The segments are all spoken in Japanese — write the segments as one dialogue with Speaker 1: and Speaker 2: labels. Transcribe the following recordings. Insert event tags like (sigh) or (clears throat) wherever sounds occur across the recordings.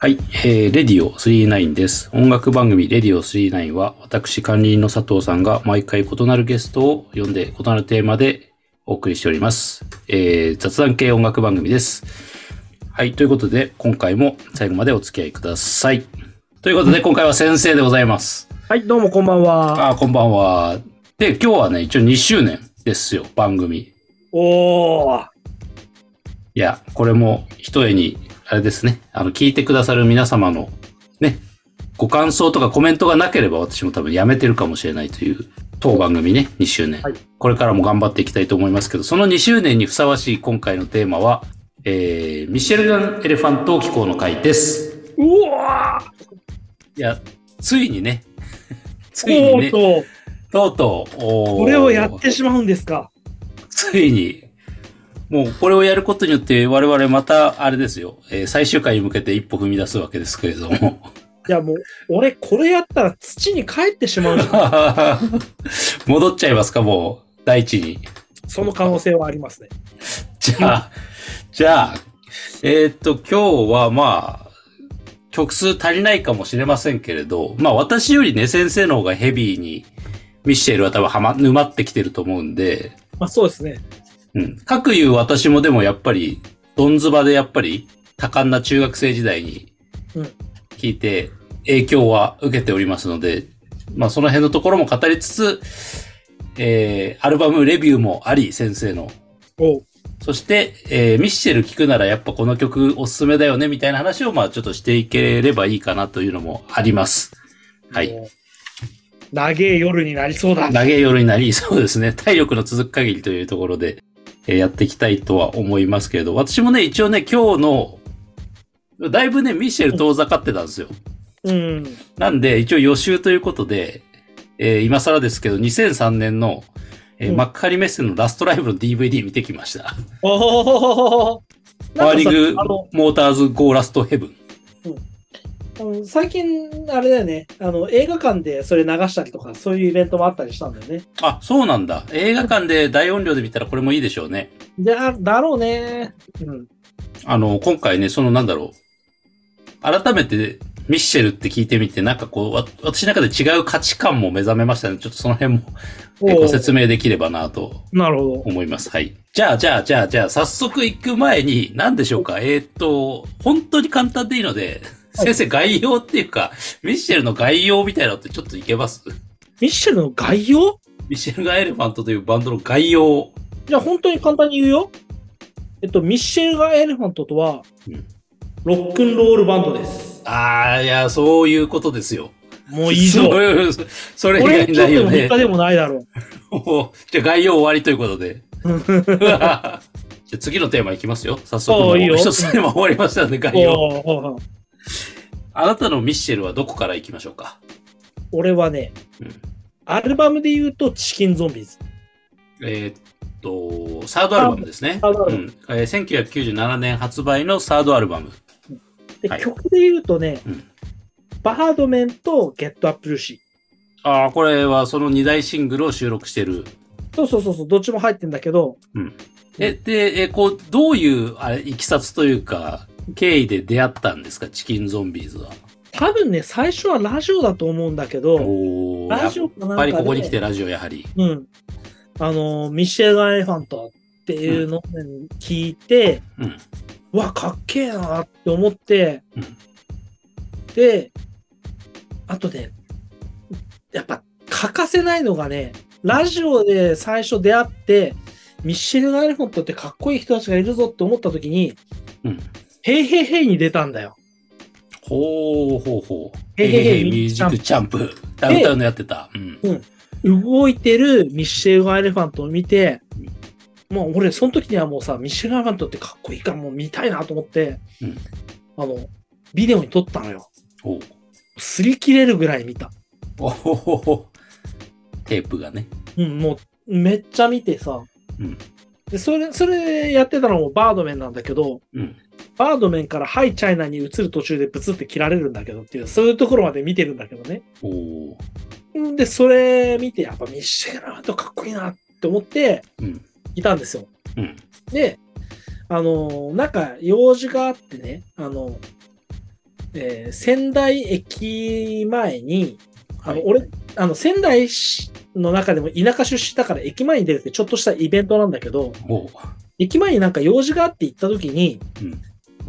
Speaker 1: はい、えー、レディオ39です。音楽番組レディオ39は、私管理人の佐藤さんが毎回異なるゲストを呼んで異なるテーマでお送りしております。えー、雑談系音楽番組です。はい、ということで、今回も最後までお付き合いください。ということで、今回は先生でございます。
Speaker 2: はい、どうもこんばんは。
Speaker 1: あー、こんばんは。で、今日はね、一応2周年ですよ、番組。
Speaker 2: おー、
Speaker 1: いや、これも一重に、あれですね、あの、聞いてくださる皆様の、ね、ご感想とかコメントがなければ私も多分やめてるかもしれないという、当番組ね、2周年、
Speaker 2: はい
Speaker 1: これからも頑張っていきたいと思いますけど、その2周年にふさわしい今回のテーマは、えー、ミシェルガン・エレファント気候の会です。
Speaker 2: うわー、
Speaker 1: いや、ついにね、ついに
Speaker 2: お
Speaker 1: ね
Speaker 2: ー、と、
Speaker 1: とうとう、おー
Speaker 2: これをやってしまうんですか。
Speaker 1: ついに、もうこれをやることによって我々また、あれですよ、えー最終回に向けて一歩踏み出すわけですけれども。 (laughs)
Speaker 2: いや、もう、俺、これやったら土に帰ってし
Speaker 1: (laughs)
Speaker 2: まう。
Speaker 1: 戻っちゃいますか、もう、大地に。
Speaker 2: その可能性はありますね。
Speaker 1: じゃあ、じゃあ、えーっと、今日はまあ、曲数足りないかもしれませんけれど、まあ私よりね、先生の方がヘビーに、ミッシェルは多分はま、沼ってきてると思うんで、
Speaker 2: まあ、そうですね。
Speaker 1: うん。かくいう私もでもやっぱり、どんずばでやっぱり多感な中学生時代に
Speaker 2: うん
Speaker 1: 聞いて影響は受けておりますので、まあその辺のところも語りつつ、えー、アルバムレビューもあり、先生の。
Speaker 2: おう
Speaker 1: そして、えーミッシェル聴くならやっぱこの曲おすすめだよねみたいな話をまあちょっとしていければいいかなというのもあります。はい。
Speaker 2: もう長え夜になりそうだ。
Speaker 1: 長い夜になり、 (laughs) そうですね。体力の続く限りというところで、えーやっていきたいとは思いますけれど、私もね、一応ね、今日の、だいぶね、ミッシェル遠ざかってたんですよ。 (laughs)
Speaker 2: うん。
Speaker 1: なんで、一応予習ということで、えー今更ですけど、2003年の、えー
Speaker 2: うん
Speaker 1: マッカリメッセのラストライブの DVD 見てきました。
Speaker 2: おー。
Speaker 1: ワーリング
Speaker 2: なんかさ
Speaker 1: モーターズ・ゴー・ラスト・ヘブン。
Speaker 2: あの、うん最近、あれだよね、あの、映画館でそれ流したりとか、そういうイベントもあったりしたんだよね。
Speaker 1: あ、そうなんだ。映画館で大音量で見たらこれもいいでしょうね。
Speaker 2: で、あ、だろうね。うん。
Speaker 1: あの、今回ね、そのなんだろう。改めて、ミッシェルって聞いてみて、なんかこう、わ私の中で違う価値観も目覚めましたね。ちょっとその辺もえ
Speaker 2: お
Speaker 1: ご
Speaker 2: う
Speaker 1: 説明できればなと
Speaker 2: なるほど。
Speaker 1: 思います。はい。じゃあ、じゃあ、じゃあ、じゃあ、早速行く前に、何でしょうか。えーっと、本当に簡単でいいので、
Speaker 2: はい
Speaker 1: 先生、概要っていうか、ミッシェルの概要みたいなのってちょっといけます
Speaker 2: ミッシェルの概要
Speaker 1: ミッシェルがエレファントというバンドの概要。
Speaker 2: じゃあ本当に簡単に言うよ。えっと、ミッシェルガ・エレファントとは
Speaker 1: うん、
Speaker 2: ロックンロールバンドです。
Speaker 1: あー、いや、そういうことですよ。
Speaker 2: もういいぞ。
Speaker 1: そ
Speaker 2: こ
Speaker 1: れ (laughs) それ以
Speaker 2: れ
Speaker 1: 外
Speaker 2: 以
Speaker 1: ない
Speaker 2: 上
Speaker 1: よ
Speaker 2: の
Speaker 1: ね
Speaker 2: 他。でもないだろ
Speaker 1: おじゃあ概要終わりということで。 (laughs) じゃあ次のテーマいきますよ。早速も
Speaker 2: お
Speaker 1: う
Speaker 2: ういいよ
Speaker 1: 一つテーマ終わりましたので、
Speaker 2: う。
Speaker 1: 概要。
Speaker 2: おうおうおう
Speaker 1: あなたのミッシェルはどこからいきましょうか
Speaker 2: 俺はね
Speaker 1: うん、
Speaker 2: アルバムで言うとチキンゾンビーズ。
Speaker 1: えーっと、サードアルバムですね。
Speaker 2: サードア
Speaker 1: う
Speaker 2: ルバ
Speaker 1: んえー1997年発売のサードアルバム。
Speaker 2: で、
Speaker 1: はい
Speaker 2: 曲で言うとね
Speaker 1: うん、
Speaker 2: バードメンとゲットアップルーシ
Speaker 1: ああ、これはその2大シングルを収録してる。
Speaker 2: ー。そうそうそうそう、どっちも入ってんだけど、
Speaker 1: え、で、えーこう、どういう、あれ、いきさつというか、経緯で出会ったんですかチキンゾンビーズは。
Speaker 2: 多分ね、最初はラジオだと思うんだけど、
Speaker 1: おお。や
Speaker 2: ラ
Speaker 1: っ
Speaker 2: ジオかなん
Speaker 1: ぱ
Speaker 2: か
Speaker 1: り
Speaker 2: で
Speaker 1: ここに来てラジオやはり。
Speaker 2: うん。あの、ミシェル・エレファントっていうのを聞いて、
Speaker 1: うん。
Speaker 2: うわ、かっけえなって思って、
Speaker 1: うん
Speaker 2: で、あとね、やっぱ欠かせないのがね、ラジオで最初出会って、ミシェル・エレファントってかっこいい人たちがいるぞって思った時に、
Speaker 1: うん。
Speaker 2: ヘイヘイヘイに出たんだよ。
Speaker 1: ほうほうほう。
Speaker 2: へへへ
Speaker 1: へへミュージックチャンプ。ダウンタウンのやってた。うん。
Speaker 2: 動いてるミッシェル・エレファントを見て、もう俺、その時にはもうさ、ミッシェル・エレファントってかっこいいからもう見たいなと思って、
Speaker 1: うん
Speaker 2: あの、ビデオに撮ったのよ。
Speaker 1: おう
Speaker 2: 擦り切れるぐらい見た。
Speaker 1: おほほほ。テープがね。
Speaker 2: うん、もう、めっちゃ見てさ、
Speaker 1: うん。
Speaker 2: で、それ、それやってたのもバードメンなんだけど、
Speaker 1: うん。
Speaker 2: バードメンからハイチャイナに移る途中でブツって切られるんだけどっていう、そういうところまで見てるんだけどね。
Speaker 1: おお。
Speaker 2: んで、それ見て、やっぱミッシェル・エレファントかっこいいなって思って
Speaker 1: うん。
Speaker 2: いたんですよ。
Speaker 1: うん。
Speaker 2: で、あの、なんか用事があってね、あの、えー仙台駅前に、あ
Speaker 1: はい
Speaker 2: の俺、あの仙台市の中でも田舎出身だから駅前に出るってちょっとしたイベントなんだけど、
Speaker 1: おう
Speaker 2: 駅前になんか用事があって行った時に、
Speaker 1: うん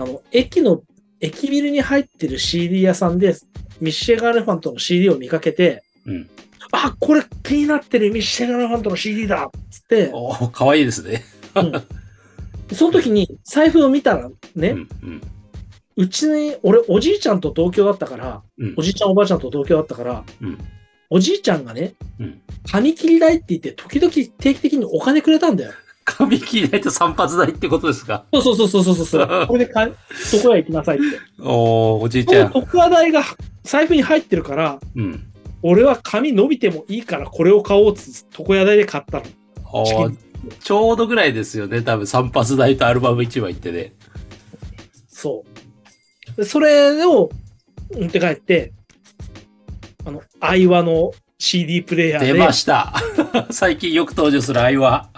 Speaker 2: あの、駅の、駅ビルに入ってる CD 屋さんで、ミッシェガルファントの CD を見かけて、
Speaker 1: うん。
Speaker 2: あ、これ気になってるミッシェガルファントの CD だっつって、
Speaker 1: おうかわいいですね。
Speaker 2: その時に財布を見たらね、
Speaker 1: う。
Speaker 2: うん
Speaker 1: うん。
Speaker 2: ちに、俺おじいちゃんと東京だったから、
Speaker 1: うん
Speaker 2: お。じいちゃんおばあちゃんと東京だったから、
Speaker 1: うん
Speaker 2: おじいちゃんがね、
Speaker 1: うん。
Speaker 2: 髪切り代って言って時々定期的にお金くれたんだよ。
Speaker 1: 髪切りないと散髪代ってことですか
Speaker 2: そうそうそうそうそうそう。これでかそこへ行きなさいって。
Speaker 1: おおおじい
Speaker 2: そ
Speaker 1: ちゃ
Speaker 2: の
Speaker 1: ん。
Speaker 2: 特話代が財布に入ってるから、
Speaker 1: うん。
Speaker 2: 俺は髪伸びてもいいからこれを買おうっつって床屋代で買ったの。
Speaker 1: お
Speaker 2: チキ
Speaker 1: ー
Speaker 2: ン
Speaker 1: ちょうどぐらいですよね、多分散髪代とアルバム1枚ってね。
Speaker 2: そう。でそれを持って帰って、あの、愛話の CD プレイヤー
Speaker 1: 出
Speaker 2: で、
Speaker 1: ました。 (laughs) 最近よく登場する愛は。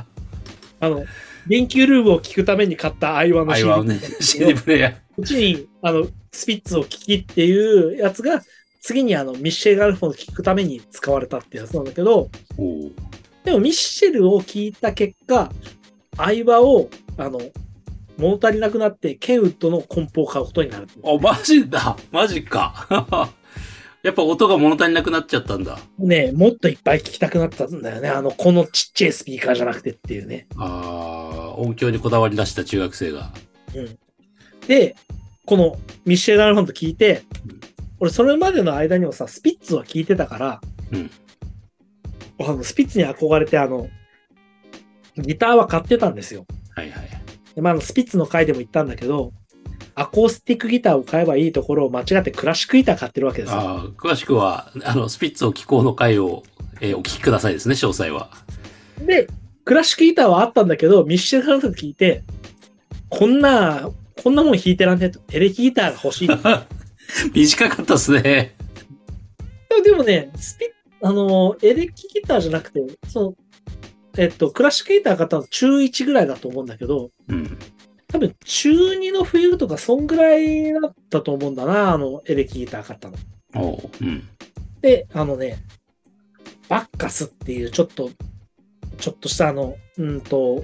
Speaker 2: あの、電球ルームを聞くために買った愛話
Speaker 1: 愛
Speaker 2: の CD
Speaker 1: はね、CD プレイヤー。
Speaker 2: こっちに、あの、スピッツを聴きっていうやつが、次にあの、ミッシェル・ガルフォンを聴くために使われたってやつなんだけど、
Speaker 1: おー
Speaker 2: でもミッシェルを聴いた結果、相葉を、あの、物足りなくなって、ケンウッドのコンポを買うことになる。
Speaker 1: あ、マジだ。マジか。 (laughs) やっぱ音が物足りなくなっちゃったんだ。
Speaker 2: ねえもっといっぱい聴きたくなったんだよね。あの、このちっちゃいスピーカーじゃなくてっていうね。
Speaker 1: あー音響にこだわり出した中学生が。
Speaker 2: うん。で、このミッシェル・ガルフォンと聞いて、俺それまでの間にもさ、スピッツは聞いてたから、
Speaker 1: うん
Speaker 2: あのスピッツに憧れて、あの、ギターは買ってたんですよ。
Speaker 1: はいはい。
Speaker 2: でまあ、あのスピッツの回でも言ったんだけど、アコースティックギターを買えばいいところを間違ってクラシックギター買ってるわけですよ。
Speaker 1: あー詳しくは、あの、スピッツを気候の回を、えーお聞きくださいですね、詳細は。 (laughs)
Speaker 2: で、クラシックギターはあったんだけど、ミッシェル・ガルフォンと聞いて、こんな、こんなもん弾いてらんねえと、エレキギターが欲しいと
Speaker 1: 短かったですね。
Speaker 2: でもでもね、スピあのー、エレキギターじゃなくて、その、えっと、クラシックギター買ったの中1ぐらいだと思うんだけど、
Speaker 1: うん。
Speaker 2: 多分中2の冬とか、そんぐらいだったと思うんだな、あの、エレキギター買ったの。
Speaker 1: おううん。
Speaker 2: で、あのね、バッカスっていう、ちょっと、ちょっとしたあの、うんと、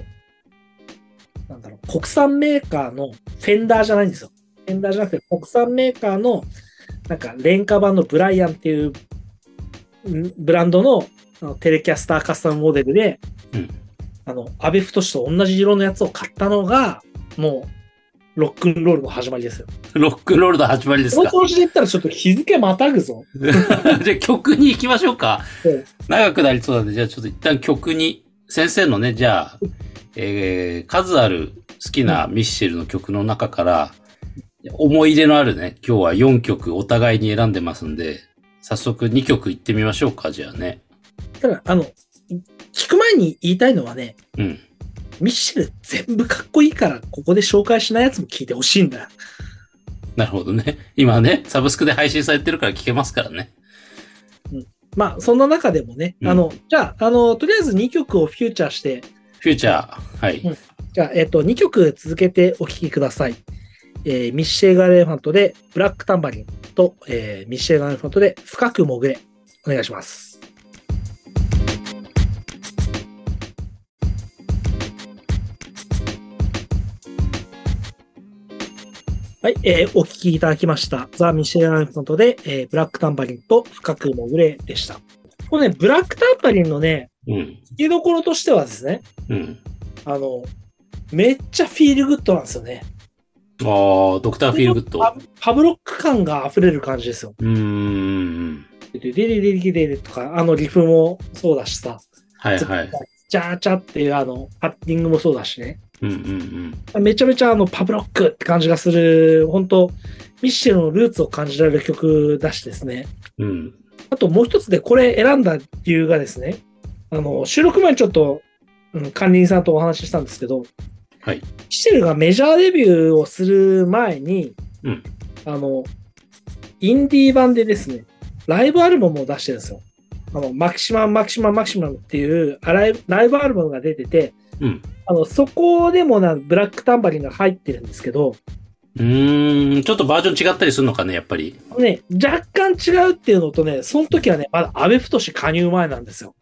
Speaker 2: なんだろう、国産メーカーのフェンダーじゃないんですよ。フェンダーじゃなくて、国産メーカーの、なんか、廉価版のブライアンっていう、うんブランドのあのテレキャスターカスタムモデルで、
Speaker 1: うん
Speaker 2: あの、安倍太と同じ色のやつを買ったのが、もう、ロックンロールの始まりですよ。
Speaker 1: ロックンロールの始まりです
Speaker 2: その
Speaker 1: か。
Speaker 2: 調子で言ったらちょっと日付またぐぞ。
Speaker 1: (laughs) じゃあ曲に行きましょうか
Speaker 2: うん。
Speaker 1: 長くなりそうなんで、じゃあちょっと一旦曲に、先生のね、じゃあ、えー数ある好きなミッシェルの曲の中から、思い入れのあるね、今日は4曲お互いに選んでますんで、早速2曲いってみましょうか、じゃあね。
Speaker 2: ただ、あの、聞く前に言いたいのはね、
Speaker 1: うん。
Speaker 2: ミッシェル全部かっこいいから、ここで紹介しないやつも聞いてほしいんだよ。
Speaker 1: なるほどね。今ね、サブスクで配信されてるから聞けますからね。
Speaker 2: まあ、そんな中でもね、
Speaker 1: うん
Speaker 2: あの、じゃあ、あの、とりあえず2曲をフューチャーして、
Speaker 1: フューチャー、はい。
Speaker 2: うんじゃあ、えっと、2曲続けてお聴きください。えーミッシェル・ガレーファントで、ブラックタンバリンと、えーミッシェル・ガレーファントで、深く潜れ。お願いします。はい、えーお聴きいただきました。ザ・ミッシェル・ガレーファントで、えーブラックタンバリンと、深く潜れでした。このね、ブラックタンバリンのね、
Speaker 1: うん。
Speaker 2: 聞きどころとしてはですね、
Speaker 1: うん。
Speaker 2: あの、めっちゃフィールグッドなんですよね。
Speaker 1: ああ、ドクターフィールグッド。
Speaker 2: パ
Speaker 1: う
Speaker 2: パブロック感が溢れる感じですよ。
Speaker 1: ーん。
Speaker 2: ででででででとか、あのリフもそうだしさ、
Speaker 1: はいはい。
Speaker 2: チャーチャーっていうあの、パッティングもそうだしね。
Speaker 1: うんうんうん。
Speaker 2: めちゃめちゃあの、パブロックって感じがする、本当ミッシェルのルーツを感じられる曲だしですね。
Speaker 1: うん。
Speaker 2: あともう一つでこれ選んだ理由がですね、あの、収録前にちょっと、うん、管理人さんとお話ししたんですけど、
Speaker 1: はい。
Speaker 2: ミッシェルがメジャーデビューをする前に、
Speaker 1: うん
Speaker 2: あの、インディー版でですね、ライブアルバムを出してるんですよ。あの、マキシマム、マキシマム、マキシマムっていうあライブライブアルバムが出てて、
Speaker 1: うん。
Speaker 2: あの、そこでもな、ブラックタンバリンが入ってるんですけど、
Speaker 1: うーん、ちょっとバージョン違ったりするのかね、やっぱり。
Speaker 2: ね、若干違うっていうのとね、その時はね、まだ安倍太加入前なんですよ。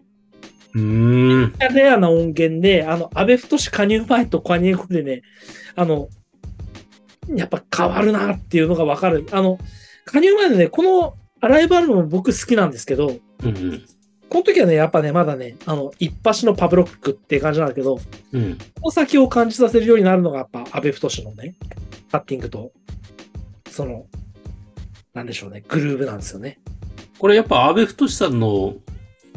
Speaker 1: うーん。
Speaker 2: レアな音源で、あの、安倍太加入前と加入後でね、あの、やっぱ変わるなっていうのがわかる。あの、加入前のね、このアライブアルバム僕好きなんですけど、
Speaker 1: うんうん。
Speaker 2: この時はね、やっぱね、まだね、あの、一発のパブロックって感じなんだけど、
Speaker 1: うん。
Speaker 2: この先を感じさせるようになるのが、やっぱ、安倍太のね、カッティングと、その、なんでしょうね、グルーブなんですよね。
Speaker 1: これやっぱ安部太さんの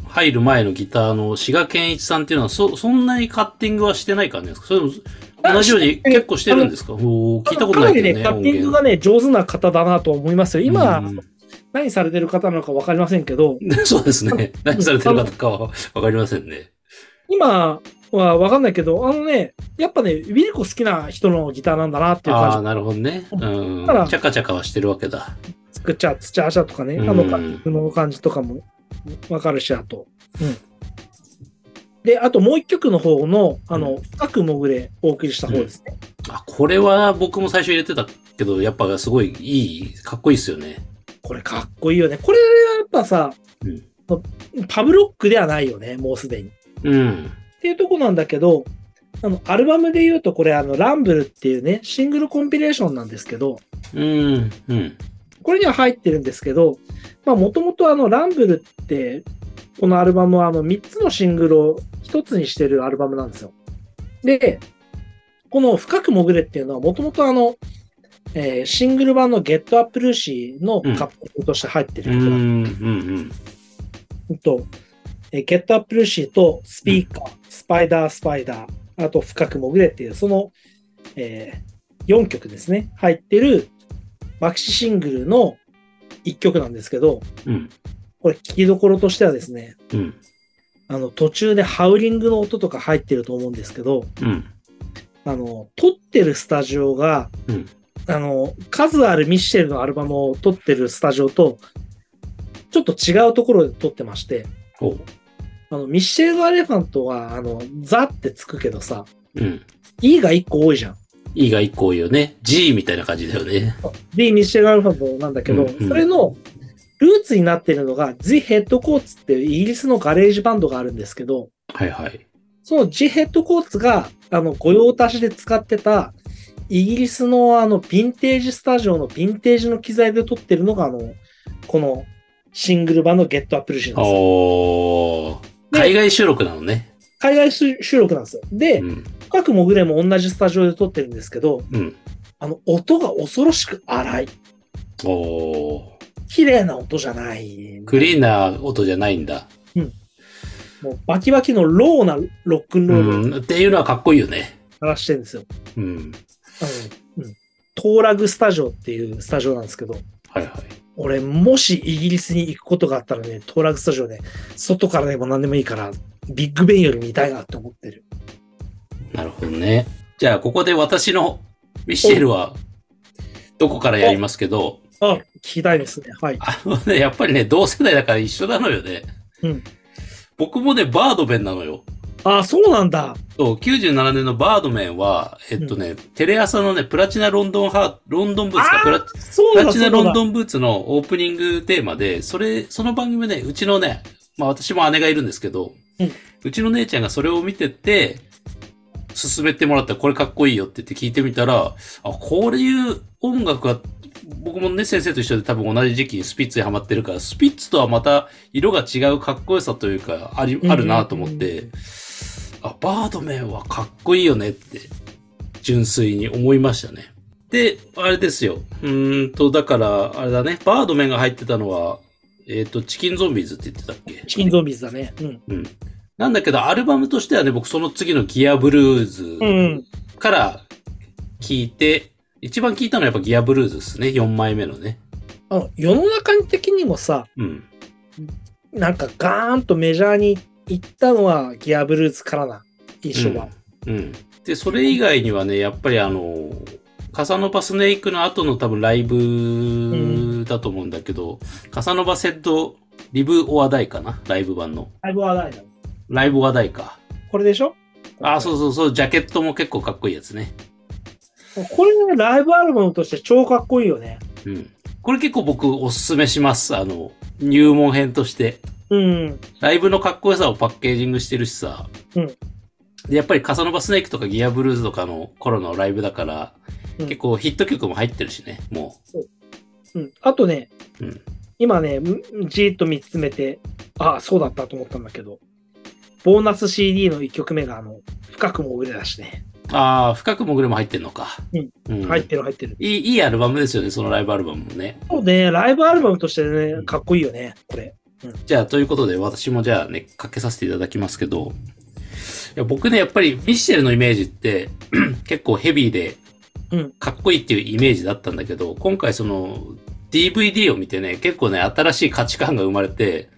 Speaker 1: 入る前のギターの志賀健一さんっていうのはそ、そんなにカッティングはしてない感じですかそれでも
Speaker 2: あ
Speaker 1: 同じように結構してるんですかおー聞いたことないけどね。
Speaker 2: かなりね、カッティングがね、上手な方だなと思いますよ。今、何されてる方なのか分かりませんけど、
Speaker 1: 音源 (laughs) そうですね。何されてる方かはわかりませんね。
Speaker 2: 今は分かんないけど、あのね、やっぱね、ウィルコ好きな人のギターなんだなっていう
Speaker 1: ああー、
Speaker 2: 感
Speaker 1: なるほどね。うん
Speaker 2: だから。
Speaker 1: チャカチャカはしてるわけだ。
Speaker 2: じ。作っちゃ、土ゃしゃとかね、あの感じの感じとかも分かるし、あと。うん。で、あともう一曲の方の、あの、深く潜れお送りした方ですね。
Speaker 1: あ、これは僕も最初入れてたけど、やっぱすごいいい、かっこいいですよね。
Speaker 2: これかっこいいよね。これはやっぱさ、
Speaker 1: うん
Speaker 2: パブロックではないよね、もうすでに。
Speaker 1: うん。
Speaker 2: っていうとこなんだけど、あの、アルバムで言うと、これ、あの、ランブルっていうね、シングルコンピレーションなんですけど、
Speaker 1: うん。うん。
Speaker 2: これには入ってるんですけど、まあ、もともとあの、ランブルって、このアルバムはあの、3つのシングルを1つにしてるアルバムなんですよ。で、この深く潜れっていうのは、もともとあの、えーシングル版のゲットアップルーシーのカップリングとして入ってる
Speaker 1: う
Speaker 2: 曲なんですよ
Speaker 1: ん。うん。
Speaker 2: うんと、えーゲットアップルーシーとスピーカー、スパイダー、スパイダー、あと深く潜れっていう、その、え4曲ですね、入ってるマキシシングルの1曲なんですけど、
Speaker 1: うん。
Speaker 2: これ聞きどころとしてはですね、
Speaker 1: うん。
Speaker 2: あの途中でハウリングの音とか入ってると思うんですけど、
Speaker 1: うん。
Speaker 2: あの、撮ってるスタジオが、
Speaker 1: うん。
Speaker 2: あの、数あるミッシェルのアルバムを撮ってるスタジオと、ちょっと違うところで撮ってまして、
Speaker 1: おう。
Speaker 2: あの、ミッシェル・ド・アレファントは、あの、ザってつくけどさ、
Speaker 1: うん。
Speaker 2: E が1個多いじゃん。
Speaker 1: E が1個多いよね。G みたいな感じだよね。
Speaker 2: で、ミッシェル・アレファントなんだけど、
Speaker 1: うんうん
Speaker 2: それのルーツになってるのが、ジ・ヘッド・コーツっていうイギリスのガレージバンドがあるんですけど、
Speaker 1: はいはい。
Speaker 2: そのジ・ヘッド・コーツが、あの、御用達で使ってた、イギリスのあの、ヴィンテージスタジオのヴィンテージの機材で撮ってるのが、あの、このシングル版のゲットアップルシーンですよ。
Speaker 1: おー。海外収録なのね。
Speaker 2: 海外収録なんですよ。で
Speaker 1: う、ん。
Speaker 2: 深く潜れも同じスタジオで撮ってるんですけど、
Speaker 1: うん。
Speaker 2: あの、音が恐ろしく荒い。
Speaker 1: おー。
Speaker 2: 綺麗な音じゃない。
Speaker 1: クリーンな音じゃないんだ。
Speaker 2: もうバキバキのローなロックン
Speaker 1: う
Speaker 2: ロールを
Speaker 1: ん。っていうのはかっこいいよね。
Speaker 2: 鳴らしてるんですよ。
Speaker 1: うん。
Speaker 2: あの、うん。トーラグスタジオっていうスタジオなんですけど、
Speaker 1: はいはい。
Speaker 2: 俺、もしイギリスに行くことがあったらね、トーラグスタジオね、外からでも何でもいいから、ビッグベンより見たいなって思ってる。
Speaker 1: なるほどね。じゃあ、ここで私のミシェルは、どこからやりますけど、
Speaker 2: あ、聞きたいですね。はい。
Speaker 1: あのね、やっぱりね、同世代だから一緒なのよね。
Speaker 2: うん
Speaker 1: 僕もね、バードメンなのよ。
Speaker 2: あ、そうなんだ。
Speaker 1: そう、97年のバードメンは、えっとね、テレ朝のね、プラチナロンドンハーロンドンブーツか、
Speaker 2: あー
Speaker 1: プラプ
Speaker 2: そうなん
Speaker 1: ラ
Speaker 2: だ。
Speaker 1: チナ
Speaker 2: そう
Speaker 1: ロ
Speaker 2: な
Speaker 1: ン
Speaker 2: んだ
Speaker 1: ドンブーツのオープニングテーマで、それ、その番組ね、うちのね、まあ私も姉がいるんですけど、
Speaker 2: うん
Speaker 1: ちの姉ちゃんがそれを見てて、勧めてもらったこれかっこいいよって言って聞いてみたら、あ、こういう音楽は、僕もね、先生と一緒で多分同じ時期にスピッツにハマってるから、スピッツとはまた色が違うかっこよさというか、あり、あるなと思って、あ、バードメンはかっこいいよねって、純粋に思いましたね。で、あれですよ。うーんと、だから、あれだね、バードメンが入ってたのは、えっ、と、チキンゾンビーズって言ってたっけ
Speaker 2: チキンゾンビーズだね。うん。
Speaker 1: なんだけど、アルバムとしてはね、僕その次のギアブルーズ
Speaker 2: うん。
Speaker 1: から聞いて、一番聞いたのはやっぱギアブルーズですね。4枚目のね。
Speaker 2: あの、世の中的にもさ、
Speaker 1: うん。
Speaker 2: なんかガーンとメジャーに行ったのはギアブルーズからな印象が。
Speaker 1: うん。うん。で、それ以外にはね、やっぱりあの、カサノバスネイクの後の多分ライブだと思うんだけど、カサノバセッドリブオアダイかなライブ版の。
Speaker 2: ライブはないの
Speaker 1: ライブオアダイか。
Speaker 2: これでしょ。
Speaker 1: あ、そううそうそう、ジャケットも結構かっこいいやつね。
Speaker 2: これね、ライブアルバムとして超かっこいいよね。
Speaker 1: うん。これ結構僕おすすめします。あの、入門編として。
Speaker 2: うん。
Speaker 1: ライブのかっこよさをパッケージングしてるしさ。
Speaker 2: うん
Speaker 1: で、やっぱりカサノバスネークとかギアブルーズとかの頃のライブだから、
Speaker 2: うん
Speaker 1: 結構ヒット曲も入ってるしね、も
Speaker 2: うん、あとね、
Speaker 1: う。うん。
Speaker 2: 今ね、んじーっと見つめて、ああ、そうだったと思ったんだけど、ボーナス CD の1曲目が、あの、深くもぐれだしね。
Speaker 1: ああ、深く潜れも入ってんのか。
Speaker 2: うん。
Speaker 1: うん、
Speaker 2: 入ってる入ってる。
Speaker 1: いい、いいアルバムですよね、そのライブアルバムもね。
Speaker 2: そうね、ライブアルバムとしてね、かっこいいよね、これ。
Speaker 1: じゃあ、ということで、私もじゃあね、かけさせていただきますけど、いや僕ね、やっぱりミッシェルのイメージって、 (clears throat) 結構ヘビーで
Speaker 2: うん、
Speaker 1: かっこいいっていうイメージだったんだけど、今回その、DVD を見てね、結構ね、新しい価値観が生まれて、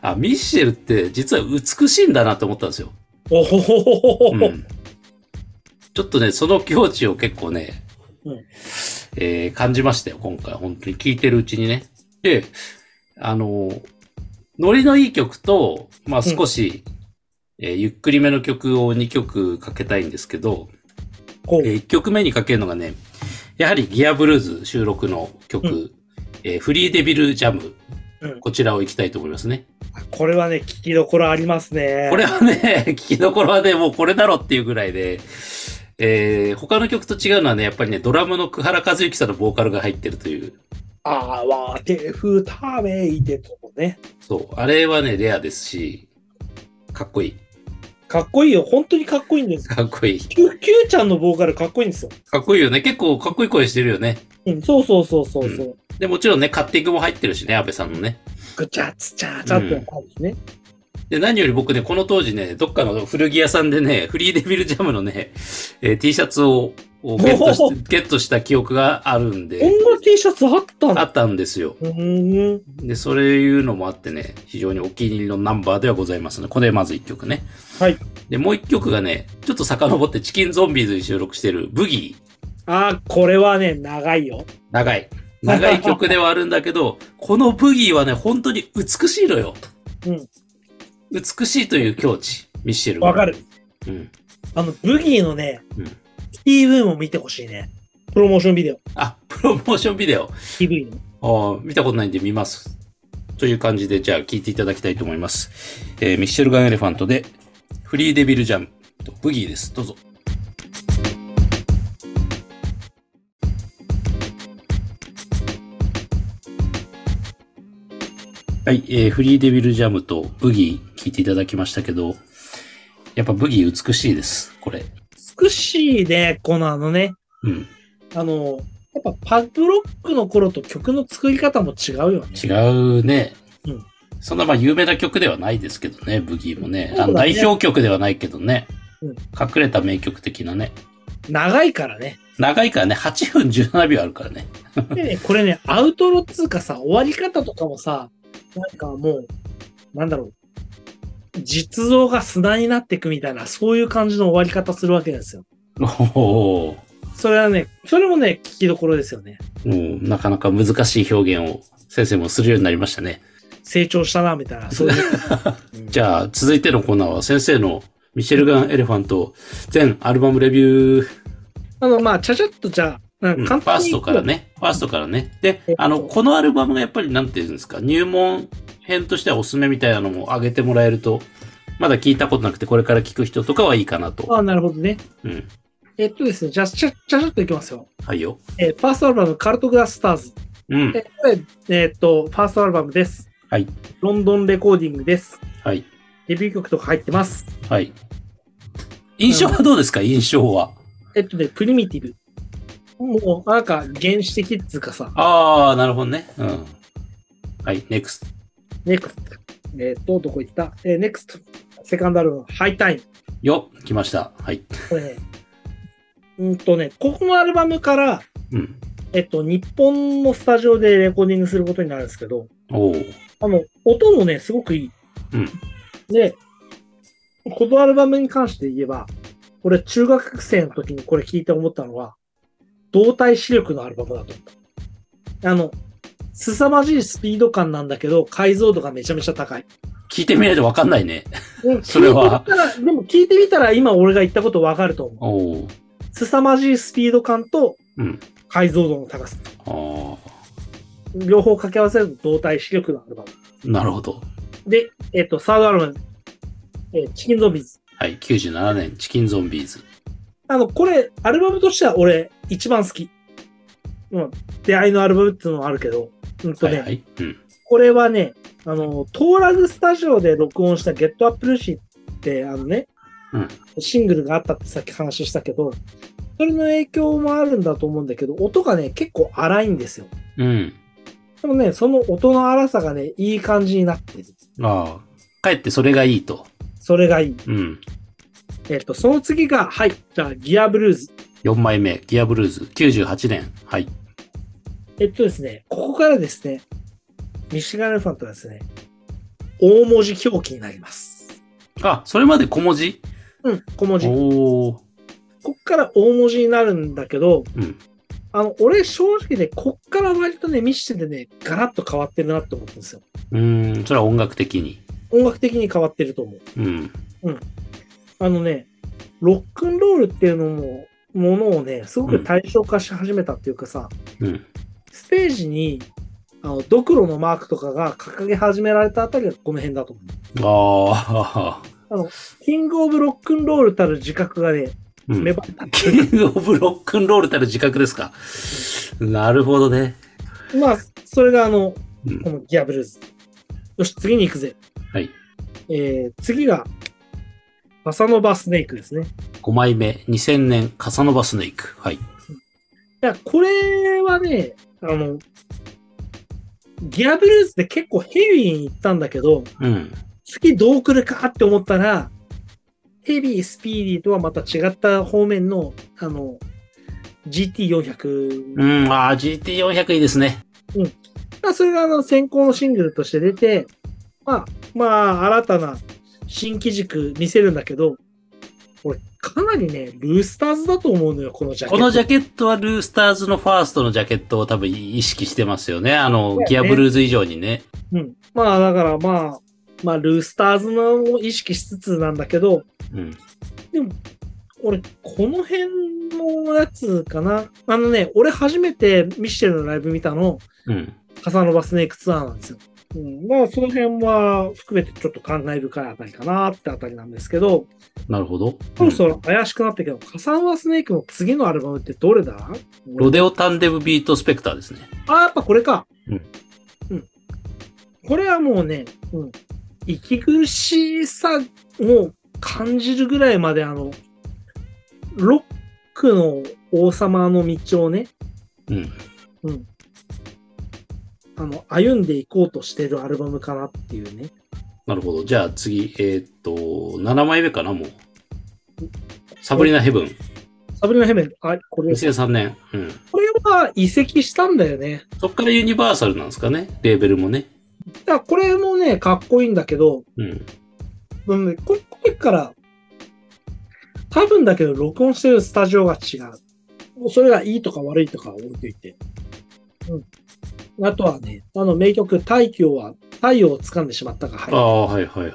Speaker 1: あ、ミッシェルって実は美しいんだなと思ったんですよ。
Speaker 2: おほほほほほ
Speaker 1: う
Speaker 2: ほ。
Speaker 1: ん。ちょっとね、その境地を結構ね、
Speaker 2: うん
Speaker 1: えー感じましたよ、今回。本当に聞いてるうちにね。で、あの、ノリのいい曲と、まあ少し、えーゆっくりめの曲を2曲かけたいんですけど、
Speaker 2: こう
Speaker 1: え1曲目にかけるのがね、やはりギアブルーズ収録の曲、
Speaker 2: うん
Speaker 1: えーフリーデビルジャム、
Speaker 2: うん
Speaker 1: こちらをいきたいと思いますね。
Speaker 2: これはね、聞きどころあります
Speaker 1: (laughs)
Speaker 2: ね。
Speaker 1: これはね、聞きどころはね、もうこれだろっていうぐらいで、えー、他の曲と違うのはね、やっぱりね、ドラムの久原和之さんのボーカルが入ってるという、
Speaker 2: あわてふためいてとこね。
Speaker 1: そう、あれはね、レアですし、かっこいい。
Speaker 2: かっこいいよ。本当にかっこいいんですよ。
Speaker 1: かっこいい。
Speaker 2: キュキューちゃんのボーカルかっこいいんですよ。
Speaker 1: かっこいいよね。結構かっこいい声してるよね。
Speaker 2: うん、そうそうそうそうそう。
Speaker 1: で、もちろんね、カッティングも入ってるしね、安倍さんのね。
Speaker 2: ぐちゃつちゃちゃってやったんですね。
Speaker 1: で、何より僕ね、この当時ね、どっかの古着屋さんでね、フリーデビルジャムのね、えー T シャツををゲット
Speaker 2: おお
Speaker 1: しゲットした記憶があるん
Speaker 2: こ
Speaker 1: で、
Speaker 2: んな T シャツあった
Speaker 1: あ
Speaker 2: の
Speaker 1: ったんですよ。
Speaker 2: うーん。
Speaker 1: で、そういうのもあってね、非常にお気に入りのナンバーではございますね。これまず1曲ね。
Speaker 2: はい。
Speaker 1: で、もう1曲がね、ちょっと遡ってチキンゾンビーズに収録してるブギー。
Speaker 2: あー、これはね、長いよ。
Speaker 1: 長い。長い曲ではあるんだけど、 (laughs) このブギーはね、本当に美しいのよ。
Speaker 2: うん。
Speaker 1: 美しいという境地、ミッシェルは
Speaker 2: わかる。。
Speaker 1: うん。
Speaker 2: あの、ブギーのね、
Speaker 1: うん
Speaker 2: TV も見てほしいね。プロモーションビデオ。
Speaker 1: あ、プロモーションビデオ。
Speaker 2: TV の。
Speaker 1: ああ、見たことないんで見ます。という感じで、じゃあ聞いていただきたいと思います。えーミッシェルガンエレファントで、フリーデビルジャムとブギーです。どうぞ。はい、えーフリーデビルジャムとブギー聞いていただきましたけど、やっぱブギー美しいです、これ。
Speaker 2: 美しいね、このあのね。
Speaker 1: うん。
Speaker 2: あの、やっぱパブロックの頃と曲の作り方も違うよね。
Speaker 1: 違うね。
Speaker 2: うん
Speaker 1: そんなまあ有名な曲ではないですけどね、ブギーもね。あ
Speaker 2: そ
Speaker 1: の
Speaker 2: うだね
Speaker 1: 代表曲ではないけどね、
Speaker 2: うん
Speaker 1: 隠れた名曲的なね。
Speaker 2: 長いからね。
Speaker 1: 長いからね、8分17秒あるからね。
Speaker 2: でね、これね、アウトロっつうかさ、終わり方とかもさ、なんかもう、なんだろう。実像が砂になっていくみたいな、そういう感じの終わり方するわけですよ。
Speaker 1: おお、
Speaker 2: それはね、それもね、聞きどころですよね。
Speaker 1: うんなかなか難しい表現を先生もするようになりましたね。
Speaker 2: 成長したな、みたいな、そう
Speaker 1: (laughs)
Speaker 2: いう。
Speaker 1: じゃあ続いてのコーナーは先生のミシェルガン・エレファント全アルバムレビュー。
Speaker 2: あの、まあ、ちゃちゃっとじゃあ、なん
Speaker 1: うん
Speaker 2: か簡
Speaker 1: ファ
Speaker 2: 単
Speaker 1: ー
Speaker 2: に
Speaker 1: ス
Speaker 2: い
Speaker 1: ト
Speaker 2: こ
Speaker 1: か
Speaker 2: う、
Speaker 1: らね。ファーストからね。で
Speaker 2: えっ、と
Speaker 1: あの、このアルバムがやっぱりなんていうんですか、入門編としてはおすすめみたいなのも上げてもらえると、まだ聞いたことなくてこれから聞く人とかはいいかなと。
Speaker 2: あなるほどね。
Speaker 1: うん。
Speaker 2: えっとですね、じゃあ、ちゃちゃちゃちゃっといきますよ。
Speaker 1: はいよ。
Speaker 2: えーファーストアルバム、カルトグラスターズ。
Speaker 1: うん
Speaker 2: え。ーこれ、えーっと、ファーストアルバムです。
Speaker 1: はい。
Speaker 2: ロンドンレコーディングです。
Speaker 1: はい。
Speaker 2: デビュー曲とか入ってます。
Speaker 1: はい。印象はどうですか印象は。
Speaker 2: えっとね、プリミティブ。もう、なんか、原始的っつうかさ、
Speaker 1: あー、なるほどね。うん。はい、ネクスト。
Speaker 2: ネクスト。えーっと、どこ行ったえー、ネクスト。セカンドアルバム、ハイタイム。
Speaker 1: よ、来ました。はい。
Speaker 2: これね、うーんとね、ここのアルバムから、
Speaker 1: うん。
Speaker 2: えっと、日本のスタジオでレコーディングすることになるんですけど、
Speaker 1: おー。
Speaker 2: あの、音もね、すごくいい。
Speaker 1: うん。
Speaker 2: で、このアルバムに関して言えば、俺中学生の時にこれ聞いて思ったのは、動体視力のアルバムだと思った。あの、凄まじいスピード感なんだけど、解像度がめちゃめちゃ高い。
Speaker 1: 聞いてみないとわかんないね。
Speaker 2: うん
Speaker 1: それは
Speaker 2: 聞いてみたらでも聞いてみたら今俺が言ったことわかると思う。
Speaker 1: おー。
Speaker 2: 凄まじいスピード感と
Speaker 1: うん
Speaker 2: 解像度の高さ。
Speaker 1: あー
Speaker 2: 両方掛け合わせると動体視力のアルバム。
Speaker 1: なるほど。
Speaker 2: で、えっ、と、サードアルバム、えーチキンゾンビーズ。
Speaker 1: はい、97年、チキンゾンビーズ。
Speaker 2: あの、これ、アルバムとしては俺、一番好き。うん。出会いのアルバムっていうのもあるけど、うんと
Speaker 1: は
Speaker 2: ね、
Speaker 1: いはい。うん。
Speaker 2: これはね、あの、トーラグスタジオで録音したゲットアップルシーって、あのね、
Speaker 1: うん
Speaker 2: シングルがあったってさっき話したけど、それの影響もあるんだと思うんだけど、音がね、結構荒いんですよ。
Speaker 1: うん。
Speaker 2: でもね、その音の荒さがね、いい感じになってる。
Speaker 1: ああ。かえってそれがいいと。
Speaker 2: それがいい。
Speaker 1: うん。
Speaker 2: えっ、と、その次が、はい、じゃあ、ギアブルーズ。
Speaker 1: 4枚目、ギアブルーズ、98年。はい。
Speaker 2: えっとですね、ここからですね、ミシガンエレファントはですね、大文字表記になります。
Speaker 1: あ、それまで小文字
Speaker 2: うん、小文字。こ
Speaker 1: おお。
Speaker 2: こから大文字になるんだけど、
Speaker 1: うん。
Speaker 2: あの、俺正直ね、こっから割とね、ミシテでね、ガラッと変わってるなって思ってるんですよ。
Speaker 1: うーん、それは音楽的に。
Speaker 2: 音楽的に変わってると思
Speaker 1: う
Speaker 2: う。
Speaker 1: ん。
Speaker 2: あのね、ロックンロールっていうのも、ものをね、すごく対象化し始めたっていうかさ、
Speaker 1: うん。
Speaker 2: ステージに、あの、ドクロのマークとかが掲げ始められたあたりがこの辺だと思う。
Speaker 1: ああ。
Speaker 2: キングオブロックンロールたる自覚がね、
Speaker 1: (laughs) うん
Speaker 2: 芽生えた。
Speaker 1: キングオブロックンロールたる自覚ですか。なるほどね。
Speaker 2: まあ、それがあの、
Speaker 1: うん
Speaker 2: このギアブルーズ。よし、次に行くぜ。
Speaker 1: はい。
Speaker 2: えー、次が、バサノバスネークですね。
Speaker 1: 5枚目、2000年、カサノバスネーク。はい。
Speaker 2: いや、これはね、あの、ギアブルーズで結構ヘビーに行ったんだけど、
Speaker 1: うん。
Speaker 2: 次どう来るかって思ったら、ヘビー、スピーディーとはまた違った方面の、あの、GT400。
Speaker 1: うん、ああ、GT400 いいですね。
Speaker 2: まあ、それがあの先行のシングルとして出て、まあ、まあ、新たな新機軸見せるんだけど、俺、かなりね、ルースターズだと思うのよ、このジャケット。
Speaker 1: このジャケットはルースターズのファーストのジャケットを多分意識してますよね。あの、ギアブルーズ以上にね。
Speaker 2: うん。まあ、だからまあ、まあ、ルースターズのを意識しつつなんだけど、
Speaker 1: うん。
Speaker 2: 俺、この辺のやつかな。あのね、俺初めてミシェルのライブ見たの、
Speaker 1: うん。
Speaker 2: カサノバスネークツアーなんですよ。うん、まあ、その辺は含めてちょっと感慨深いあたりかなってあたりなんですけど、
Speaker 1: なるほど。
Speaker 2: そうろ
Speaker 1: ん
Speaker 2: そろ怪しくなってきたけど、カサンワスネークの次のアルバムってどれだ
Speaker 1: ロデオタンデムビートスペクターですね。
Speaker 2: あ、やっぱこれか。
Speaker 1: うん。
Speaker 2: うん。これはもうね、うん。息苦しさを感じるぐらいまで、あの、ロックの王様の道をね、
Speaker 1: うん。
Speaker 2: あの、歩んでいこうとしてるアルバムかなっていうね。
Speaker 1: なるほど。じゃあ次、えーっと、7枚目かな、もう。サブリナヘブン、
Speaker 2: サブリナヘメン、あ、これ、
Speaker 1: 2003年。うん。
Speaker 2: これは移籍したんだよね。
Speaker 1: そっからユニバーサルなんですかね、レーベルもね。
Speaker 2: だからこれもね、かっこいいんだけど、
Speaker 1: うん。
Speaker 2: なんで、ここれから、多分だけど、録音してるスタジオが違う。もうそれがいいとか悪いとかは置いといて。うん。あとはね、あの名曲、太陽は、太陽を掴んでしまったが、
Speaker 1: あ
Speaker 2: はい。
Speaker 1: あ、はいはいはい。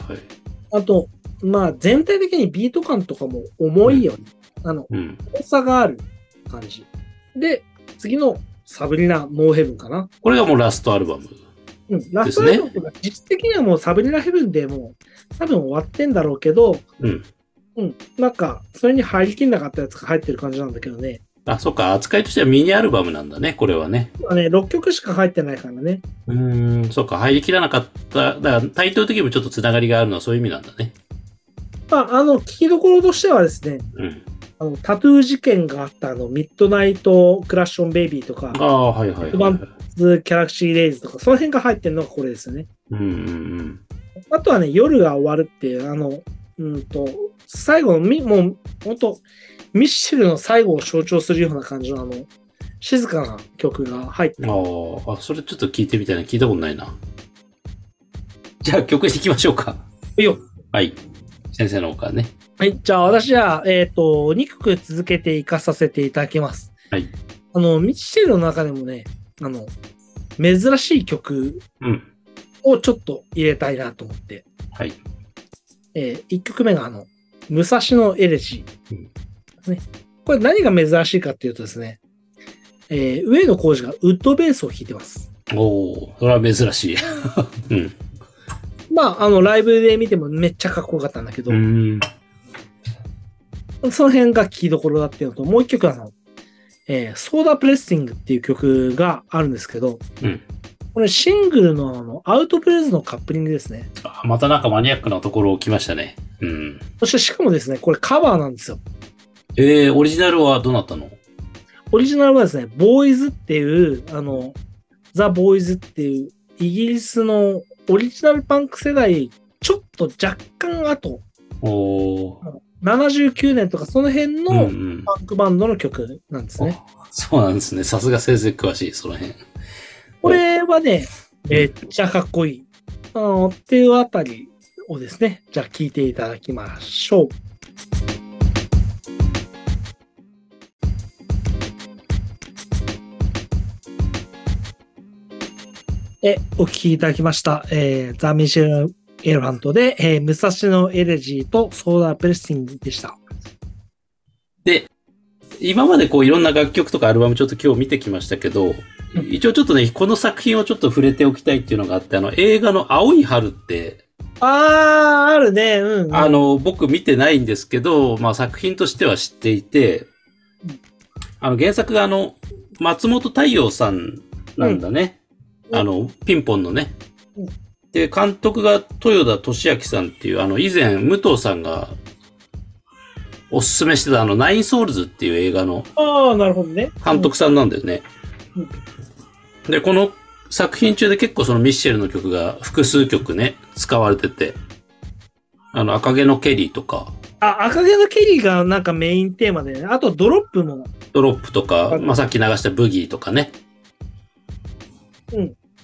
Speaker 2: あと、まあ、全体的にビート感とかも重いよね。あの、
Speaker 1: うん。
Speaker 2: 重さがある感じ。で、次のサブリナ・モーヘブンかな。
Speaker 1: これがもうラストアルバム。
Speaker 2: うん。ラストアルバムが実質的にはもうサブリナ・ヘブンでもう、多分終わってんだろうけど、
Speaker 1: うん。
Speaker 2: うん、なんか、それに入りきんなかったやつが入ってる感じなんだけどね。
Speaker 1: あ、そっか、扱いとしてはミニアルバムなんだね、これはね。
Speaker 2: まあね、6曲しか入ってないからね。
Speaker 1: うーん、そっか、入りきらなかった。だから、タイトル的にもちょっとつながりがあるのはそういう意味なんだね。
Speaker 2: まあ、あの、聞きどころとしてはですね、
Speaker 1: うん。
Speaker 2: あの、タトゥー事件があったあの、ミッドナイト・クラッション・ベイビーとか
Speaker 1: あ、あ、はいはいはい、はい。
Speaker 2: ズ・キャラクシー・レイズとか、その辺が入ってるのがこれですよね。
Speaker 1: うんうんうん。
Speaker 2: あとはね、夜が終わるっていう、あの、うんと、最後のみ、もう、ほんと、ミッシェルの最後を象徴するような感じのあの、静かな曲が入ってる。
Speaker 1: ああ、あそれちょっと聞いてみたいな。聞いたことないな。じゃあ曲に行きましょうか。
Speaker 2: いいよ
Speaker 1: はい。先生の方からね。
Speaker 2: はい、じゃあ私は、えっ、と、2曲続けていかさせていただきます。
Speaker 1: はい。
Speaker 2: あの、ミッチェルの中でもね、あの、珍しい曲
Speaker 1: うん。
Speaker 2: をちょっと入れたいなと思って、
Speaker 1: はい。
Speaker 2: え1曲目があの、武蔵野エレジー、ね。これ何が珍しいかっていうとですね、えー、上野浩二がウッドベースを弾いてます。
Speaker 1: おお、それは珍しい。 (laughs) うん。
Speaker 2: まあ、あの、ライブで見てもめっちゃかっこよかったんだけど、
Speaker 1: うん。
Speaker 2: その辺が聞きどころだっていうのと、もう一曲あの、えーソーダプレッシングっていう曲があるんですけど、
Speaker 1: うん
Speaker 2: これシングルのあのアウトプレイズのカップリングですね。
Speaker 1: あまたなんかマニアックなところを来ましたね。うん。
Speaker 2: そしてしかもですね、これカバーなんですよ。
Speaker 1: えー、オリジナルはどうなったの
Speaker 2: オリジナルはですね、ボーイズっていう、あの、ザ・ボーイズっていう、イギリスのオリジナルパンク世代、ちょっと若干後、
Speaker 1: おお。
Speaker 2: 79年とかその辺
Speaker 1: うんう
Speaker 2: の
Speaker 1: ん。
Speaker 2: パンクバンドの曲なんですね。
Speaker 1: あそうなんですね。さすが先生詳しい、その辺。
Speaker 2: これはね、めっちゃかっこいい。あのっていうあたりをですね、じゃあ聞いていただきましょう。え、お聞きいただきました。えーザ・ミシェル・エレファントで、えー武蔵野エレジーとソーダープレッシングでした。
Speaker 1: 今までこういろんな楽曲とかアルバムちょっと今日見てきましたけど、一応ちょっとね、この作品をちょっと触れておきたいっていうのがあって、あの映画の青い春って、
Speaker 2: あー、あるね。うん。
Speaker 1: あ、の、僕見てないんですけど、まあ作品としては知っていて
Speaker 2: うん、
Speaker 1: あの原作があの、松本太陽さんなんだね。
Speaker 2: うん
Speaker 1: あの、ピンポンのね
Speaker 2: うん。
Speaker 1: で、監督が豊田俊明さんっていう、あの、以前、武藤さんがおすすめしてたあの、ナインソウルズっていう映画の
Speaker 2: あー、なるほどね。
Speaker 1: 監督さんなんだよね
Speaker 2: うん。
Speaker 1: で、この作品中で結構そのミッシェルの曲が複数曲ね、使われてて、あの、赤毛のケリーとか、
Speaker 2: あ、赤毛のケリーがなんかメインテーマで、ね、あとドロップも。
Speaker 1: ドロップとか、
Speaker 2: うん
Speaker 1: まあ、さっき流したブギーとかね。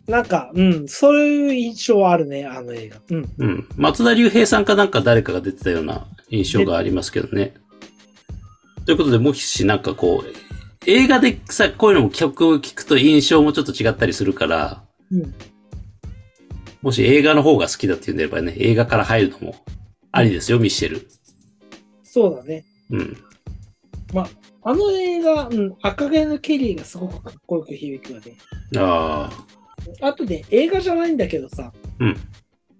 Speaker 2: なんか、うん、そういう印象はあるね、あの映画。うん。
Speaker 1: うん。松田龍平さんかなんか誰かが出てたような印象がありますけどね。ということで、もしなんかこう、映画でさ、こういうのも曲を聴くと印象もちょっと違ったりするから、
Speaker 2: うん
Speaker 1: もし映画の方が好きだっていうんであればね、映画から入るのもありですよ、ミッシェル。
Speaker 2: そうだね。
Speaker 1: うん。
Speaker 2: あの映画、うん、赤毛のケリーがすごくかっこよく響くわね。
Speaker 1: ああ、
Speaker 2: あとね、映画じゃないんだけどさ、
Speaker 1: うん。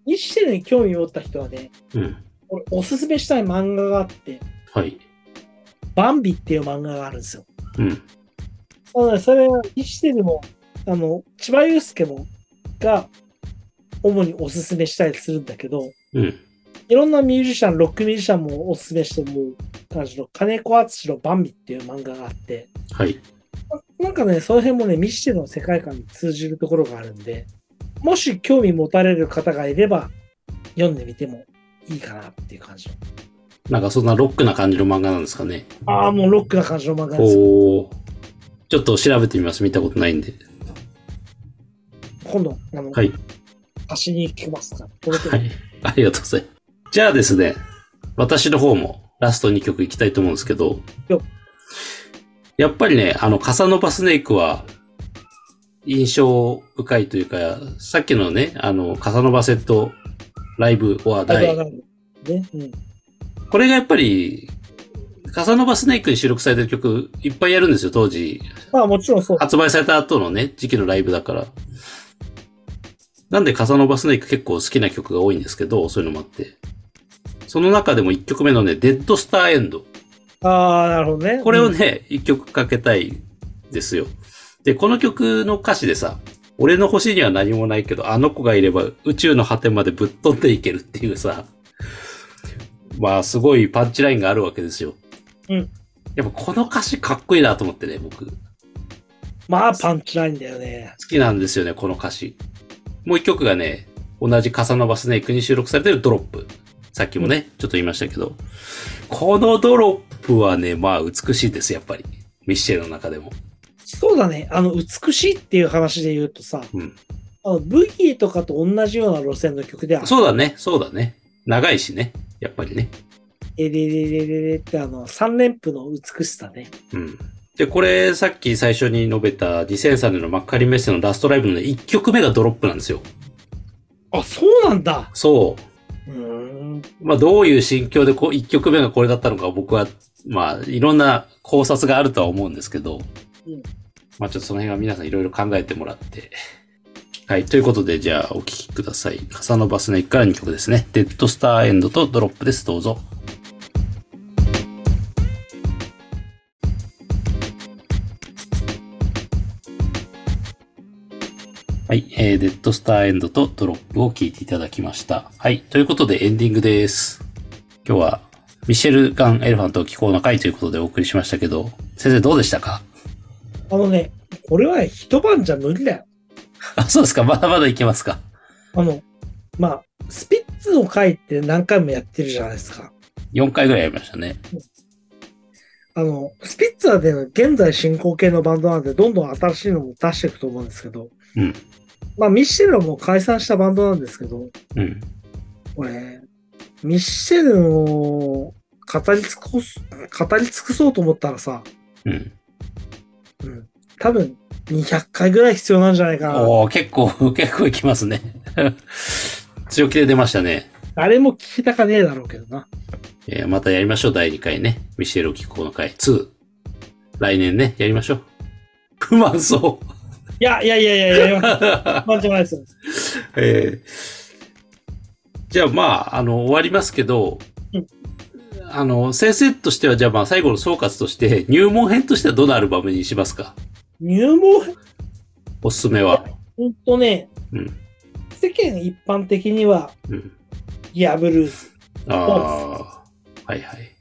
Speaker 2: ミッシェルに興味を持った人はね、
Speaker 1: うん。
Speaker 2: 俺おすすめしたい漫画があって、
Speaker 1: はい。
Speaker 2: バンビっていう漫画があるんですよ。
Speaker 1: うん。
Speaker 2: あのねそれはミッシェルも、あの、千葉祐介も、が、主におすすめしたりするんだけど、
Speaker 1: うん。
Speaker 2: いろんなミュージシャン、ロックミュージシャンもおすすめしても感じの金子敦のバンビっていう漫画があって、
Speaker 1: はい。
Speaker 2: なんかね、その辺もね、ミッシェルの世界観に通じるところがあるんで、もし興味持たれる方がいれば、読んでみてもいいかなっていう感じの。
Speaker 1: なんかそんなロックな感じの漫画なんですかね。
Speaker 2: ああ、もうロックな感じの漫画ですよ。
Speaker 1: おお。ちょっと調べてみます。見たことないんで。
Speaker 2: 今度、あの、
Speaker 1: はい。
Speaker 2: 足に聞きますから。これで
Speaker 1: はい。ありがとうございます。じゃあですね、私の方もラスト2曲いきたいと思うんですけど
Speaker 2: よ、
Speaker 1: やっぱりね、あの、カサノバスネークは、印象深いというか、さっきのね、あの、カサノバセットライブは
Speaker 2: だいぶ
Speaker 1: 大
Speaker 2: 上が、る。ね、うん。
Speaker 1: これがやっぱり、カサノバスネークに収録されてる曲いっぱいやるんですよ、当時。
Speaker 2: まあもちろんそう。
Speaker 1: 発売された後のね、時期のライブだから。なんで、カサノバスネーク結構好きな曲が多いんですけど、そういうのもあって。その中でも1曲目のね、デッドスターエンド。
Speaker 2: ああ、なるほどね。
Speaker 1: これを
Speaker 2: うん
Speaker 1: ね、1曲かけたいですよ。で、この曲の歌詞でさ、俺の星には何もないけど、あの子がいれば宇宙の果てまでぶっ飛んでいけるっていうさ、まあ、すごいパンチラインがあるわけですよ。
Speaker 2: うん。
Speaker 1: やっぱこの歌詞かっこいいなと思ってね、僕。
Speaker 2: まあパンチラインだよね。
Speaker 1: 好きなんですよね、この歌詞。もう一曲がね、同じカサノバスネークに収録されてるドロップ。さっきもね、ちょっと言いましたけど。このドロップはね、まあ美しいです、やっぱり。ミッシェルの中でも。
Speaker 2: そうだね。あの、美しいっていう話で言うとさ、
Speaker 1: うん。
Speaker 2: あのブギーとかと同じような路線の曲で、あ
Speaker 1: そうだね、そうだね。長いしね、やっぱりね。
Speaker 2: えれれれれれってあの、三連符の美しさね。
Speaker 1: うん。で、これ、さっき最初に述べた2003年のマッカリメッセのラストライブの、ね、1曲目がドロップなんですよ。
Speaker 2: あ、そうなんだ。
Speaker 1: そう。
Speaker 2: うーん。
Speaker 1: まあ、どういう心境でこう、1曲目がこれだったのか僕はまあ、いろんな考察があるとは思うんですけど、
Speaker 2: うん
Speaker 1: まあ、ちょっとその辺は皆さんいろいろ考えてもらって。はい。ということで、じゃあお聴きください。カサノバスの1から2曲ですね。デッドスターエンドとドロップです。どうぞ。はい、えー、デッドスターエンドとドロップを聞いていただきました。はい、ということでエンディングです。今日はミシェル・ガン・エレファント気候の会ということでお送りしましたけど、先生どうでしたか (laughs)
Speaker 2: あのね、これはね一晩じゃ無理だよ。
Speaker 1: あ、そうですか、まだまだいけますか。
Speaker 2: あの、まあ、スピッツの回って何回もやってるじゃないですか。
Speaker 1: 4回ぐらいやりましたね。
Speaker 2: あの、スピッツはね、現在進行形のバンドなんで、どんどん新しいのも出していくと思うんですけど、
Speaker 1: うん、
Speaker 2: まあ、ミッシェルはもう解散したバンドなんですけど、
Speaker 1: うん、
Speaker 2: これ、ミッシェルを語り尽くす、語り尽くそうと思ったらさ、
Speaker 1: うん。
Speaker 2: うん、多分200回ぐらい必要なんじゃないかな。
Speaker 1: おー結構、 (laughs) 結構いきますね。 (laughs) 強気で出ましたね。
Speaker 2: 誰も聞きたかねえだろうけどな。
Speaker 1: えーまたやりましょう、第2回ね。ミシェル気候の会2。来年ね、やりましょう。 (laughs) 不満そう。 (laughs)
Speaker 2: いや、いやいやいやいや、まんじゃないですよ。
Speaker 1: えーじゃあまあ、あの、終わりますけど
Speaker 2: うん、
Speaker 1: あの、先生としては、じゃあまあ最後の総括として、入門編としてはどのアルバムにしますか
Speaker 2: 入門、
Speaker 1: おすすめは。
Speaker 2: ほんとね、
Speaker 1: うん。
Speaker 2: 世間一般的には、
Speaker 1: うん。
Speaker 2: ギアブルース。
Speaker 1: ああ。はいはい。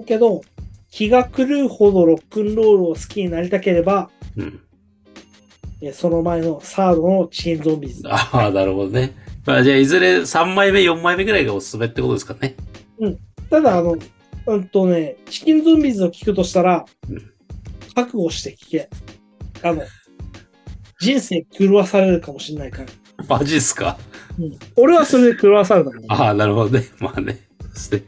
Speaker 2: だけど、気が狂うほどロックンロールを好きになりたければ、
Speaker 1: うん。
Speaker 2: えその前のサードのチキンゾンビーズ。
Speaker 1: (laughs) ああ、なるほどね。まあじゃあいずれ3枚目、4枚目ぐらいがおすすめってことですかね。
Speaker 2: ただ、あの、うんとね、チキンゾンビーズを聞くとしたら
Speaker 1: うん、
Speaker 2: 覚悟して聞け。あの、人生狂わされるかもしれないから。
Speaker 1: マジっすか
Speaker 2: うん、俺はそれで狂わされたもん、ね。
Speaker 1: ああ、なるほどね。 (laughs) まあね。そして。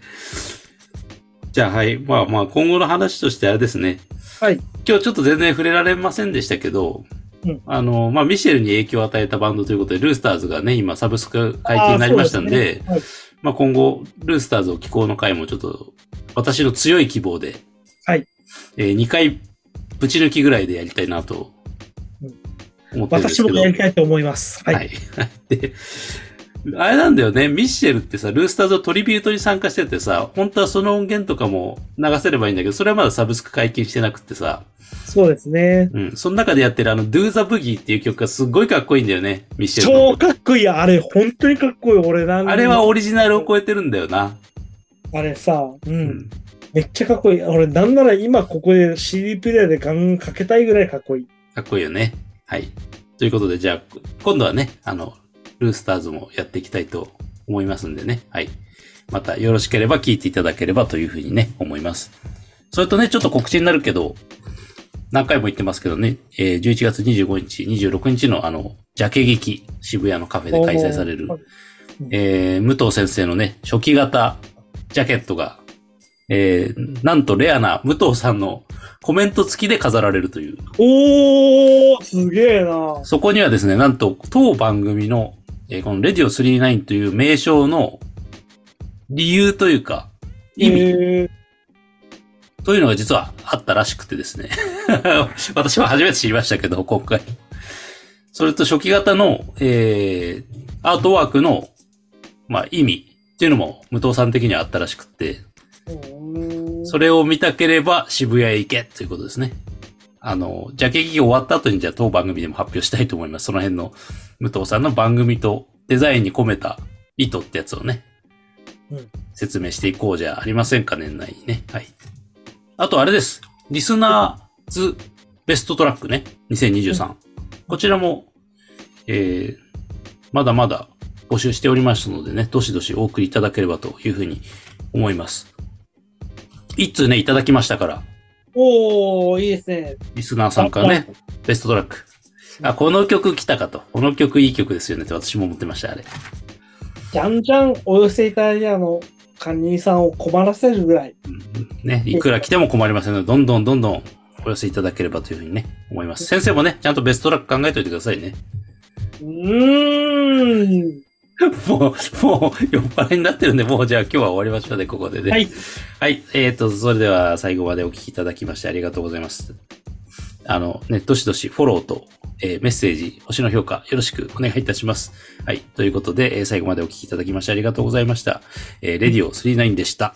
Speaker 1: じゃあはい。まあまあ、今後の話としてあれですね。
Speaker 2: はい。
Speaker 1: 今日ちょっと全然触れられませんでしたけど、
Speaker 2: うん
Speaker 1: あの、まあ、ミシェルに影響を与えたバンドということで、ルースターズがね、今サブスク解禁になりましたんで、
Speaker 2: あーそうです
Speaker 1: まあ、今後、ルースターズを寄稿の回もちょっと、私の強い希望で、
Speaker 2: はい。
Speaker 1: えー、2回、ぶち抜きぐらいでやりたいなと
Speaker 2: うん、
Speaker 1: 思っ
Speaker 2: ね
Speaker 1: てるんで
Speaker 2: はい
Speaker 1: すけ
Speaker 2: 私
Speaker 1: ど。
Speaker 2: もやりたいと思います。はい。
Speaker 1: はい。 (laughs) で、あれなんだよね、ミッシェルってさ、ルースターズのトリビュートに参加しててさ、本当はその音源とかも流せればいいんだけど、それはまだサブスク解禁してなくってさ、
Speaker 2: そうですね。
Speaker 1: うん、その中でやってるあの、Do the Boogie っていう曲がすっごいかっこいいんだよね、ミッシェル
Speaker 2: 超
Speaker 1: の。
Speaker 2: かっこいいや。あれ、本当にかっこいい。俺なん
Speaker 1: あれは、オリジナルを超えてるんだよな。
Speaker 2: あれさ、う。。
Speaker 1: うん
Speaker 2: めっちゃかっこいい。俺、なんなら今ここで CD プレイヤーでガンガンかけたいぐらいかっこいい。
Speaker 1: かっこいいよね。はい。ということで、じゃあ、今度はね、あの、ルースターズもやっていきたいと思いますんでね。はい。またよろしければ聞いていただければというふうにね、思います。それとね、ちょっと告知になるけど、何回も言ってますけどね、えー11月25日、26日のあの、ジャケ劇、渋谷のカフェで開催される
Speaker 2: おー、
Speaker 1: えー武藤先生のね、初期型ジャケットが、えーなんとレアな武藤さんのコメント付きで飾られるという。
Speaker 2: おー、すげえな。
Speaker 1: そこにはですね、なんと当番組の、えーこのレディオ39という名称の理由というか、意味
Speaker 2: えー
Speaker 1: というのが実はあったらしくてですね。 (laughs) 私は初めて知りましたけど、今回。それと初期型の、えーアートワークの、まあ、意味っていうのも武藤さん的にはあったらしくて、
Speaker 2: うん
Speaker 1: それを見たければ渋谷へ行けということですね。あの、ジャケ劇が終わった後にじゃあ当番組でも発表したいと思います。その辺の武藤さんの番組とデザインに込めた意図ってやつをね、
Speaker 2: うん
Speaker 1: 説明していこうじゃありませんか、年内にね。はい。あとあれです。リスナーズベストトラックね、2023。こちらも、えー、まだまだ募集しておりますのでね、どしどしお送りいただければというふうに思います。一通ね、いただきましたから、
Speaker 2: おー、いいですね。
Speaker 1: リスナーさんからね、ベストトラック。あ、この曲来たかと。この曲いい曲ですよねって私も思ってました、あれ。
Speaker 2: じゃんじゃんお寄せいただいたあの、管理人さんを困らせるぐらい。
Speaker 1: うんね、いくら来ても困りませんので、どんどんどんどんお寄せいただければというふうにね、思います。先生もね、ちゃんとベストトラック考えておいてくださいね。
Speaker 2: うーん。
Speaker 1: もう、もう、酔っ払いになってるんで、もうじゃあ今日は終わりましょうね、ここでね。
Speaker 2: はい。
Speaker 1: はい。えっ、と、それでは最後までお聞きいただきましてありがとうございます。あの、ね、どしどしフォローと、えーメッセージ、星の評価、よろしくお願いいたします。はい。ということで、えー最後までお聞きいただきましてありがとうございました。えーレディオ39でした。